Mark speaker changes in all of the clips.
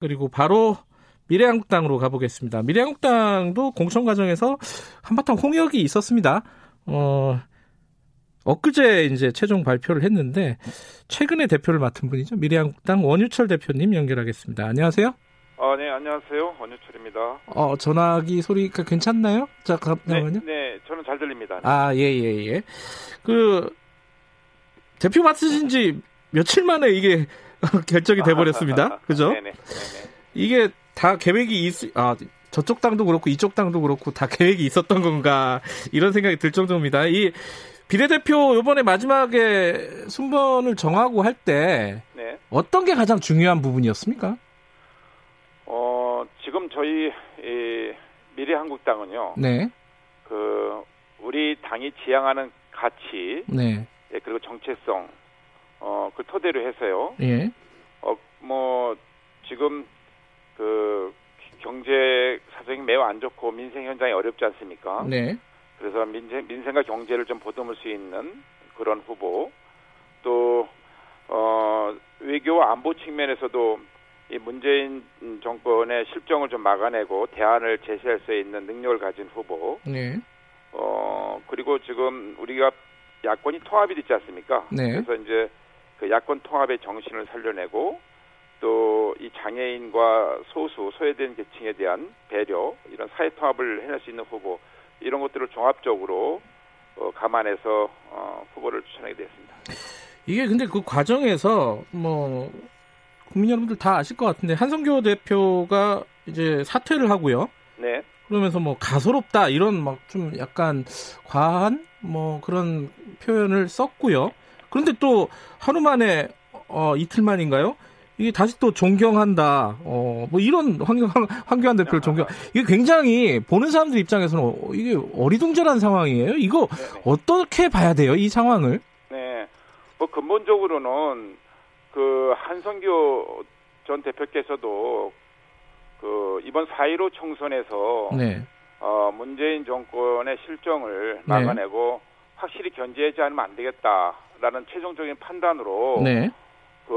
Speaker 1: 그리고 바로 미래한국당으로 가보겠습니다. 미래한국당도 공천 과정에서 한바탕 홍역이 있었습니다. 어, 엊그제 이제 최종 발표를 했는데 최근에 대표를 맡은 분이죠. 미래한국당 원유철 대표님 연결하겠습니다. 안녕하세요.
Speaker 2: 아, 네, 안녕하세요. 원유철입니다.
Speaker 1: 어, 전화기 소리가 괜찮나요? 자, 잠깐만요.
Speaker 2: 네, 네, 저는 잘 들립니다.
Speaker 1: 아, 예, 예, 예. 그 대표 맡으신 지 며칠 만에 이게 결정이 돼
Speaker 2: 아,
Speaker 1: 버렸습니다. 그죠?
Speaker 2: 네네. 네네.
Speaker 1: 이게 다 계획이 있, 아, 저쪽 당도 그렇고 이쪽 당도 그렇고 다 계획이 있었던 건가 이런 생각이 들 정도입니다. 이 비례대표 요번에 마지막에 순번을 정하고 할 때
Speaker 2: 네.
Speaker 1: 어떤 게 가장 중요한 부분이었습니까?
Speaker 2: 어, 지금 저희 이 미래한국당은요.
Speaker 1: 네,
Speaker 2: 그 우리 당이 지향하는 가치,
Speaker 1: 네,
Speaker 2: 예, 그리고 정체성 어, 그 토대로 해서요.
Speaker 1: 예,
Speaker 2: 어, 뭐 지금 그 경제 사정이 매우 안 좋고 민생 현장이 어렵지 않습니까?
Speaker 1: 네,
Speaker 2: 그래서 민생, 민생과 경제를 좀 보듬을 수 있는 그런 후보 또 어, 외교와 안보 측면에서도 이 문재인 정권의 실정을 좀 막아내고 대안을 제시할 수 있는 능력을 가진 후보
Speaker 1: 네,
Speaker 2: 어, 그리고 지금 우리가 야권이 통합이 되지 않습니까?
Speaker 1: 네.
Speaker 2: 그래서 이제 그 야권 통합의 정신을 살려내고 또 이 장애인과 소수 소외된 계층에 대한 배려 이런 사회 통합을 해낼 수 있는 후보 이런 것들을 종합적으로 어, 감안해서 어, 후보를 추천하게 됐습니다.
Speaker 1: 이게 근데 그 과정에서 뭐 국민 여러분들 다 아실 것 같은데 한성교 대표가 이제 사퇴를 하고요.
Speaker 2: 네,
Speaker 1: 그러면서 뭐 가소롭다 이런 막 좀 약간 과한 뭐 그런 표현을 썼고요. 그런데 또 하루 만에 어 이틀 만인가요? 이게 다시 또 존경한다. 어 뭐 이런 황교안, 황교안 대표를 존경.
Speaker 2: 네,
Speaker 1: 이게 굉장히 보는 사람들 입장에서는 어, 이게 어리둥절한 상황이에요. 이거
Speaker 2: 네,
Speaker 1: 어떻게 봐야 돼요? 이 상황을?
Speaker 2: 네. 뭐 근본적으로는 그 한성교 전 대표께서도 그 이번 4.15 총선에서
Speaker 1: 네.
Speaker 2: 어, 문재인 정권의 실정을 막아내고 확실히 견제하지 않으면 안 되겠다라는 최종적인 판단으로
Speaker 1: 네.
Speaker 2: 그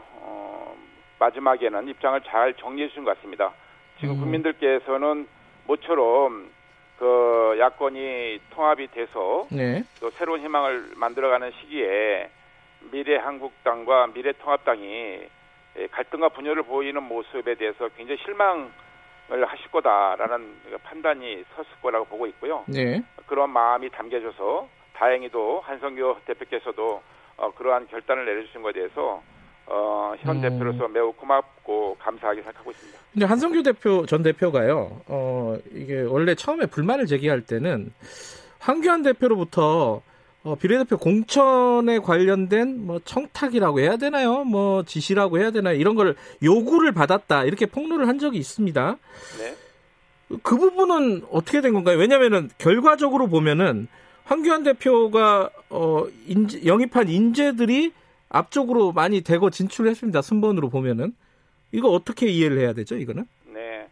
Speaker 2: 어, 마지막에는 입장을 잘 정리해 주신 것 같습니다. 지금
Speaker 1: 음.
Speaker 2: 국민들께서는 모처럼 그 야권이 통합이 돼서
Speaker 1: 네.
Speaker 2: 또 새로운 희망을 만들어가는 시기에 미래 한국당과 미래 통합당이 예, 갈등과 분열을 보이는 모습에 대해서 굉장히 실망을 하실 거다라는 판단이 섰을 거라고 보고 있고요.
Speaker 1: 네.
Speaker 2: 그런 마음이 담겨져서 다행히도 한성규 대표께서도 어, 그러한 결단을 내려주신 것에 대해서 어, 현
Speaker 1: 음.
Speaker 2: 대표로서 매우 고맙고 감사하게 생각하고 있습니다.
Speaker 1: 근데 한성규 대표 전 대표가요. 어 이게 원래 처음에 불만을 제기할 때는 황교안 대표로부터 어, 비례대표 공천에 관련된 뭐 청탁이라고 해야 되나요? 뭐 지시라고 해야 되나요? 이런 걸 요구를 받았다 이렇게 폭로를 한 적이 있습니다.
Speaker 2: 네.
Speaker 1: 그 부분은 어떻게 된 건가요? 왜냐하면은 결과적으로 보면은 황교안 대표가 어 인재- 영입한 인재들이 앞쪽으로 많이 대거 진출했습니다. 순번으로 보면은 이거 어떻게 이해를 해야 되죠? 이거는?
Speaker 2: 네.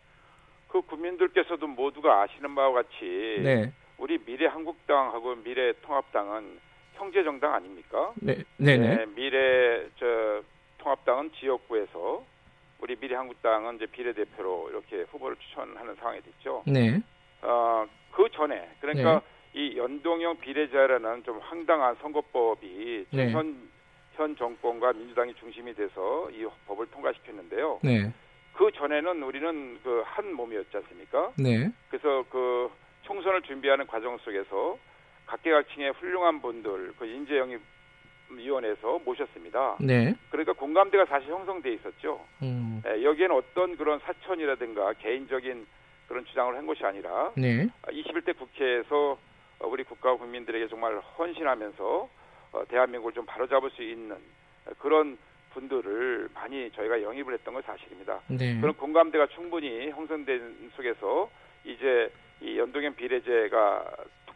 Speaker 2: 그 국민들께서도 모두가 아시는 바와 같이
Speaker 1: 네,
Speaker 2: 우리 미래 한국당하고 미래 통합당은 형제 정당 아닙니까?
Speaker 1: 네, 네, 네,
Speaker 2: 네, 미래 저 통합당은 지역구에서 우리 미래 한국당은 이제 비례대표로 이렇게 후보를 추천하는 상황이 됐죠.
Speaker 1: 네,
Speaker 2: 어, 그 전에 그러니까 이 연동형 비례제라는 좀 황당한 선거법이
Speaker 1: 네.
Speaker 2: 현, 현 정권과 민주당이 중심이 돼서 이 법을 통과시켰는데요.
Speaker 1: 네,
Speaker 2: 그 전에는 우리는 그 한 몸이었지 않습니까?
Speaker 1: 네,
Speaker 2: 그래서 그 총선을 준비하는 과정 속에서 각계각층의 훌륭한 분들 그 인재 영입 위원회에서 모셨습니다.
Speaker 1: 네.
Speaker 2: 그러니까 공감대가 사실 형성돼 있었죠.
Speaker 1: 음,
Speaker 2: 예, 여기에는 어떤 그런 사천이라든가 개인적인 그런 주장을 한 것이 아니라
Speaker 1: 네,
Speaker 2: 21대 국회에서 어, 우리 국가와 국민들에게 정말 헌신하면서 어, 대한민국을 좀 바로잡을 수 있는 어, 그런 분들을 많이 저희가 영입을 했던 건 사실입니다.
Speaker 1: 네.
Speaker 2: 그런 공감대가 충분히 형성된 속에서 이제 이 연동형 비례제가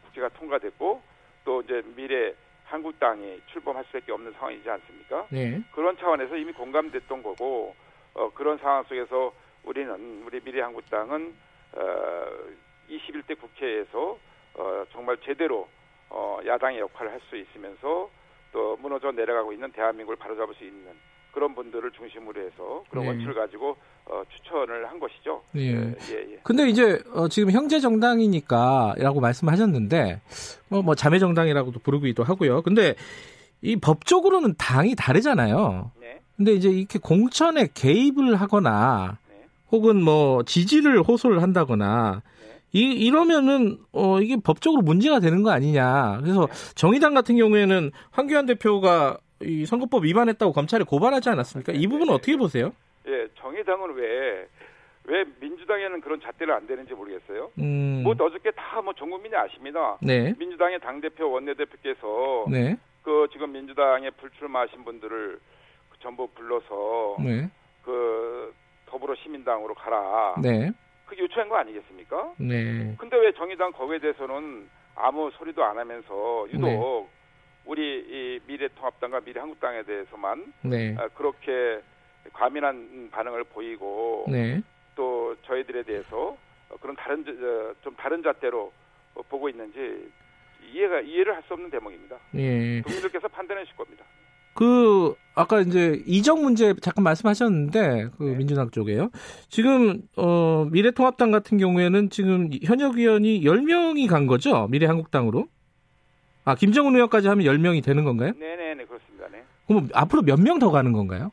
Speaker 2: 국회가 통과됐고 또 이제 미래 한국당이 출범할 수밖에 없는 상황이지 않습니까?
Speaker 1: 네,
Speaker 2: 그런 차원에서 이미 공감됐던 거고 어, 그런 상황 속에서 우리는 우리 미래 한국당은 어, 21대 국회에서 어, 정말 제대로 어, 야당의 역할을 할 수 있으면서 또 무너져 내려가고 있는 대한민국을 바로잡을 수 있는 그런 분들을 중심으로 해서 그런
Speaker 1: 네.
Speaker 2: 원칙을 가지고 어, 추천을 한 것이죠.
Speaker 1: 예.
Speaker 2: 예, 예.
Speaker 1: 근데 이제 어, 지금 형제 정당이니까라고 말씀하셨는데 뭐, 뭐 자매 정당이라고도 부르기도 하고요. 근데 이 법적으로는 당이 다르잖아요.
Speaker 2: 네.
Speaker 1: 근데 이제 이렇게 공천에 개입을 하거나
Speaker 2: 네.
Speaker 1: 혹은 뭐 지지를 호소를 한다거나
Speaker 2: 네.
Speaker 1: 이 이러면은 어 이게 법적으로 문제가 되는 거 아니냐. 그래서 정의당 같은 경우에는 황교안 대표가 이 선거법 위반했다고 검찰에 고발하지 않았습니까? 이 부분은 어떻게 보세요?
Speaker 2: 예, 정의당은 왜, 왜 민주당에는 그런 잣대를 안 되는지 모르겠어요.
Speaker 1: 음.
Speaker 2: 뭐 어저께 다 뭐 전 국민이 아십니다.
Speaker 1: 네.
Speaker 2: 민주당의 당대표 원내대표께서
Speaker 1: 네.
Speaker 2: 그 지금 민주당에 불출마하신 분들을 그 전부 불러서
Speaker 1: 네.
Speaker 2: 그 더불어 시민당으로 가라.
Speaker 1: 네.
Speaker 2: 그게 요청한 거 아니겠습니까?
Speaker 1: 네.
Speaker 2: 근데 왜 정의당 거기에 대해서는 아무 소리도 안 하면서 유독
Speaker 1: 네.
Speaker 2: 우리 이 미래통합당과 미래한국당에 대해서만
Speaker 1: 네.
Speaker 2: 아, 그렇게 과민한 반응을 보이고
Speaker 1: 네.
Speaker 2: 또 저희들에 대해서 어, 그런 다른 저- 저- 좀 다른 잣대로 어, 보고 있는지 이해가 이해를 할 수 없는 대목입니다.
Speaker 1: 예.
Speaker 2: 국민들께서 판단해 주실 겁니다.
Speaker 1: 그 아까 이제 이적 문제 잠깐 말씀하셨는데 그
Speaker 2: 네.
Speaker 1: 민주당 쪽에요. 지금 어 미래통합당 같은 경우에는 지금 현역 의원이 10명이 간 거죠. 미래한국당으로. 아, 김정은 의원까지 하면 10명이 되는 건가요?
Speaker 2: 네네네 그렇습니다. 네.
Speaker 1: 그럼 앞으로 몇 명 더 가는 건가요?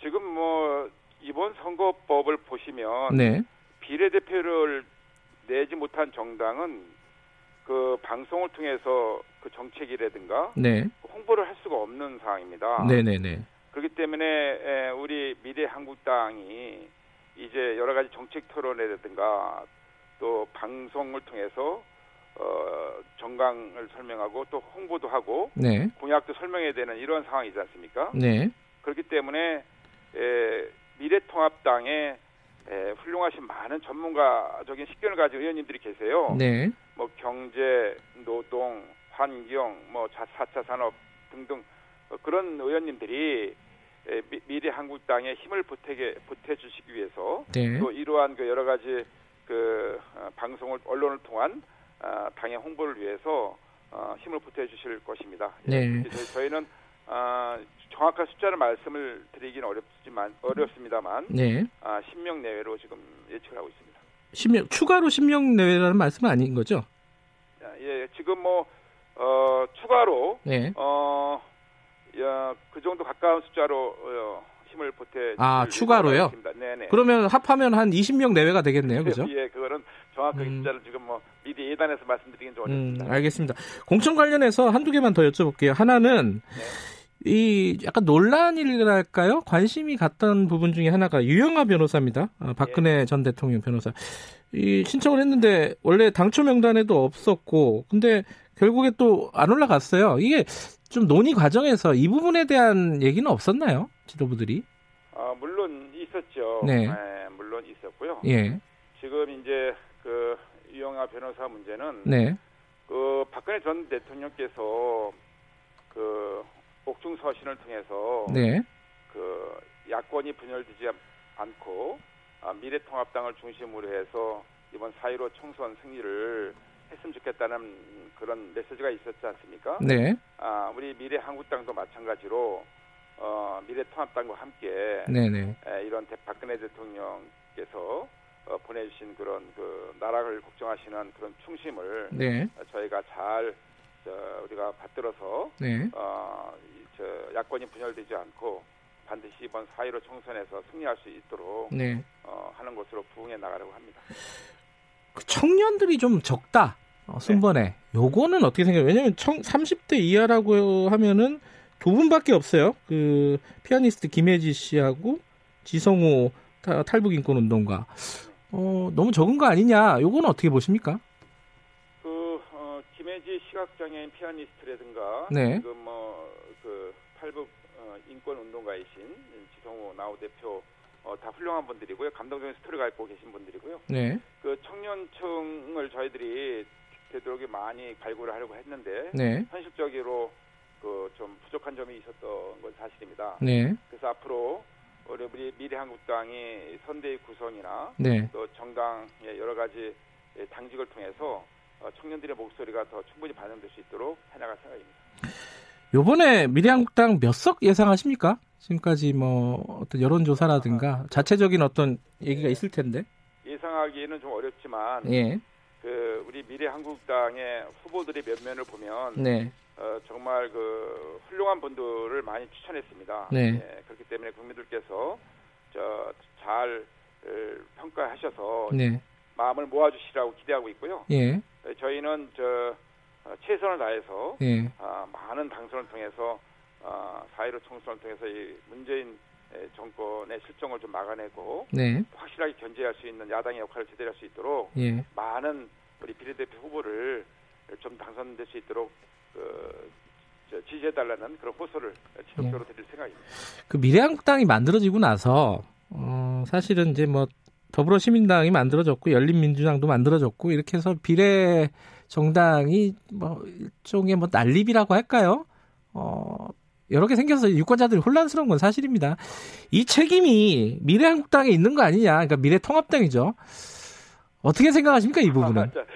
Speaker 2: 지금 뭐 이번 선거법을 보시면
Speaker 1: 네.
Speaker 2: 비례대표를 내지 못한 정당은 그 방송을 통해서 그 정책이라든가
Speaker 1: 네.
Speaker 2: 홍보를 할 수가 없는 상황입니다.
Speaker 1: 네, 네, 네.
Speaker 2: 그렇기 때문에 에, 우리 미래한국당이 이제 여러 가지 정책 토론회라든가 또 방송을 통해서 어, 정강을 설명하고 또 홍보도 하고
Speaker 1: 네.
Speaker 2: 공약도 설명해야 되는 이런 상황이지 않습니까?
Speaker 1: 네.
Speaker 2: 그렇기 때문에 에, 미래통합당에 에, 훌륭하신 많은 전문가적인 식견을 가진 의원님들이 계세요.
Speaker 1: 네.
Speaker 2: 뭐 경제, 노동, 환경, 뭐 자- 4차 산업 등등 어, 그런 의원님들이 에, 미, 미래 한국당에 힘을 보태게 보태 주시기 위해서
Speaker 1: 네.
Speaker 2: 또 이러한 그 여러 가지 그 어, 방송을 언론을 통한 아, 당의 홍보를 위해서 어, 힘을 보태 주실 것입니다. 예,
Speaker 1: 네.
Speaker 2: 저희- 저희는 아, 정확한 숫자를 말씀을 드리기는 어렵지만 어렵습니다만
Speaker 1: 네.
Speaker 2: 아, 10명 내외로 지금 예측을 하고 있습니다.
Speaker 1: 10명 추가로 10명 내외라는 말씀은 아닌 거죠?
Speaker 2: 아, 예, 지금 뭐 어, 추가로
Speaker 1: 네.
Speaker 2: 어, 야, 그 정도 가까운 숫자로 어, 힘을 보태.
Speaker 1: 아, 추가로요?
Speaker 2: 네네.
Speaker 1: 그러면 합하면 한 20명 내외가 되겠네요. 그죠?
Speaker 2: 예, 그거는 정확하게
Speaker 1: 음.
Speaker 2: 숫자를 지금 뭐 미리 예단해서 말씀드리긴 좀
Speaker 1: 음,
Speaker 2: 어렵습니다.
Speaker 1: 알겠습니다. 공천 관련해서 한두 개만 더 여쭤볼게요. 하나는 이 약간 논란이랄까요? 관심이 갔던 부분 중에 하나가 유영아 변호사입니다. 아, 박근혜
Speaker 2: 예.
Speaker 1: 전 대통령 변호사. 이 신청을 했는데 원래 당초 명단에도 없었고 근데 결국에 또 안 올라갔어요. 이게 좀 논의 과정에서 이 부분에 대한 얘기는 없었나요? 지도부들이?
Speaker 2: 아, 물론 있었죠.
Speaker 1: 네.
Speaker 2: 예, 물론 있었고요.
Speaker 1: 예.
Speaker 2: 지금 이제 그 유영아 변호사 문제는
Speaker 1: 네.
Speaker 2: 그 박근혜 전 대통령께서 그 옥중 서신을 통해서
Speaker 1: 네.
Speaker 2: 그 야권이 분열되지 않- 않고 아, 미래통합당을 중심으로 해서 이번 4.15 총선 승리를 했으면 좋겠다는 그런 메시지가 있었지 않습니까?
Speaker 1: 네.
Speaker 2: 아, 우리 미래한국당도 마찬가지로 어, 미래통합당과 함께
Speaker 1: 네, 네.
Speaker 2: 에, 이런 대- 박근혜 대통령께서 어, 보내주신 그런 그 나라를 걱정하시는 그런 충심을
Speaker 1: 네.
Speaker 2: 어, 저희가 잘 저, 우리가 받들어서
Speaker 1: 네.
Speaker 2: 어, 이, 저, 야권이 분열되지 않고 반드시 이번 4.15 총선에서 승리할 수 있도록
Speaker 1: 네.
Speaker 2: 어, 하는 것으로 부응해 나가려고 합니다.
Speaker 1: 그 청년들이 좀 적다. 어, 순번에. 요거는 어떻게 생각해요? 왜냐면 청 30대 이하라고 하면은 두 분밖에 없어요. 그 피아니스트 김혜지 씨하고 지성호 타- 탈북 인권 운동가. 어, 너무 적은 거 아니냐. 요거는 어떻게 보십니까?
Speaker 2: 그 어, 김혜지 시각장애인 피아니스트라든가
Speaker 1: 네.
Speaker 2: 지금 뭐그 탈북 어, 인권 운동가이신 지성호 나우 대표 어, 다 훌륭한 분들이고요. 감동적인 스토리가 있고 계신 분들이고요.
Speaker 1: 네.
Speaker 2: 그 청년층을 저희들이 되도록 많이 발굴을 하려고 했는데
Speaker 1: 네.
Speaker 2: 현실적으로 그 좀 부족한 점이 있었던 건 사실입니다.
Speaker 1: 네.
Speaker 2: 그래서 앞으로 우리 우리 미래한국당이 선대위 구성이나
Speaker 1: 네.
Speaker 2: 또 정당의 여러 가지 예, 당직을 통해서 어, 청년들의 목소리가 더 충분히 반영될 수 있도록 해나갈 생각입니다.
Speaker 1: 요번에 미래한국당 몇 석 예상하십니까? 지금까지 뭐 어떤 여론조사라든가 자체적인 어떤 얘기가 있을 텐데.
Speaker 2: 예상하기에는 좀 어렵지만
Speaker 1: 예.
Speaker 2: 그 우리 미래 한국당의 후보들의 면면을 보면
Speaker 1: 네.
Speaker 2: 어, 정말 그 훌륭한 분들을 많이 추천했습니다.
Speaker 1: 네.
Speaker 2: 예, 그렇기 때문에 국민들께서 저잘 평가하셔서
Speaker 1: 네.
Speaker 2: 마음을 모아주시라고 기대하고 있고요.
Speaker 1: 예.
Speaker 2: 예, 저희는 저 어, 최선을 다해서
Speaker 1: 예.
Speaker 2: 아, 많은 당선을 통해서 아, 사회로 총선을 통해서 이 문재인 예, 정권의 실정을 좀 막아내고
Speaker 1: 네.
Speaker 2: 확실하게 견제할 수 있는 야당의 역할을 제대로 할 수 있도록
Speaker 1: 예.
Speaker 2: 많은 우리 비례대표 후보를 좀 당선될 수 있도록 그, 저, 지지해달라는 그런 호소를 지속적으로
Speaker 1: 예.
Speaker 2: 드릴 생각입니다.
Speaker 1: 그 미래한국당이 만들어지고 나서 어, 사실은 이제 뭐 더불어시민당이 만들어졌고 열린민주당도 만들어졌고 이렇게 해서 비례 정당이 뭐 일종의 뭐 난립이라고 할까요? 어, 여러 개 생겨서 유권자들이 혼란스러운 건 사실입니다. 이 책임이 미래한국당에 있는 거 아니냐? 그러니까 미래통합당이죠. 어떻게 생각하십니까 이그 부분은?
Speaker 2: 자,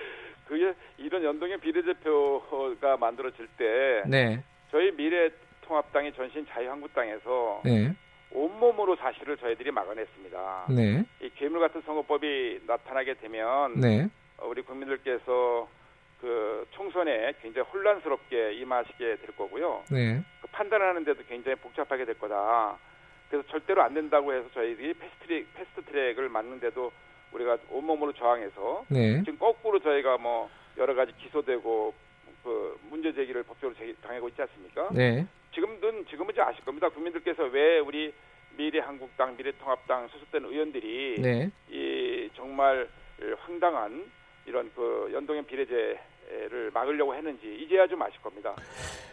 Speaker 2: 그게 이런 연동형 비례대표가 만들어질 때
Speaker 1: 네,
Speaker 2: 저희 미래통합당의 전신 자유한국당에서
Speaker 1: 네,
Speaker 2: 온몸으로 사실을 저희들이 막아냈습니다.
Speaker 1: 네,
Speaker 2: 이 괴물 같은 선거법이 나타나게 되면
Speaker 1: 네,
Speaker 2: 어, 우리 국민들께서 그 총선에 굉장히 혼란스럽게 임하시게 될 거고요.
Speaker 1: 네,
Speaker 2: 그 판단하는데도 굉장히 복잡하게 될 거다. 그래서 절대로 안 된다고 해서 저희들이 패스트트랙, 패스트트랙을 맞는데도 우리가 온몸으로 저항해서
Speaker 1: 네,
Speaker 2: 지금 거꾸로 저희가 뭐 여러 가지 기소되고 그 문제 제기를 법적으로 제기, 당하고 있지 않습니까?
Speaker 1: 네,
Speaker 2: 지금은 지금은 이제 아실 겁니다. 국민들께서 왜 우리 미래 한국당, 미래 통합당 소속된 의원들이
Speaker 1: 네,
Speaker 2: 이 정말 황당한 이런 그 연동형 비례제를 막으려고 했는지 이제야 좀 아실 겁니다.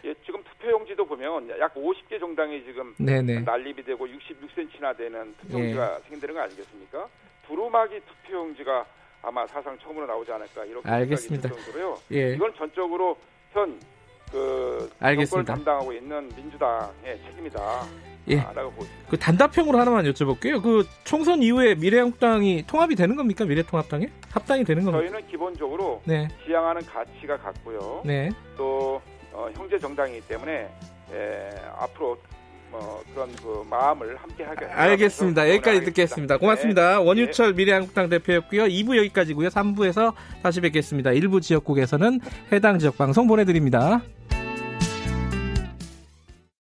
Speaker 2: 예, 지금 투표용지도 보면 약 50개 정당이 지금
Speaker 1: 네, 네.
Speaker 2: 난립이 되고 66cm나 되는 투표용지가 생기는 거 아니겠습니까? 두루마기 투표용지가 아마 사상 처음으로 나오지 않을까 이렇게 생각이
Speaker 1: 알겠습니다.
Speaker 2: 들 정도로요.
Speaker 1: 예.
Speaker 2: 이건 전적으로 현그 정권을
Speaker 1: 알겠습니다.
Speaker 2: 담당하고 있는 민주당의 책임이다라고
Speaker 1: 예.
Speaker 2: 보고 있습니다.
Speaker 1: 그 단답형으로 하나만 여쭤볼게요. 그 총선 이후에 미래한국당이 통합이 되는 겁니까? 미래통합당에 합당이 되는 겁니까?
Speaker 2: 저희는 기본적으로
Speaker 1: 네,
Speaker 2: 지향하는 가치가 같고요.
Speaker 1: 네,
Speaker 2: 또 어, 형제 정당이기 때문에 에, 앞으로 뭐 그런 그 마음을 함께 하게
Speaker 1: 알겠습니다.
Speaker 2: 네.
Speaker 1: 여기까지 듣겠습니다. 고맙습니다. 원유철 미래한국당 대표였고요. 2부 여기까지고요. 3부에서 다시 뵙겠습니다. 일부 지역국에서는 해당 지역 방송 보내드립니다.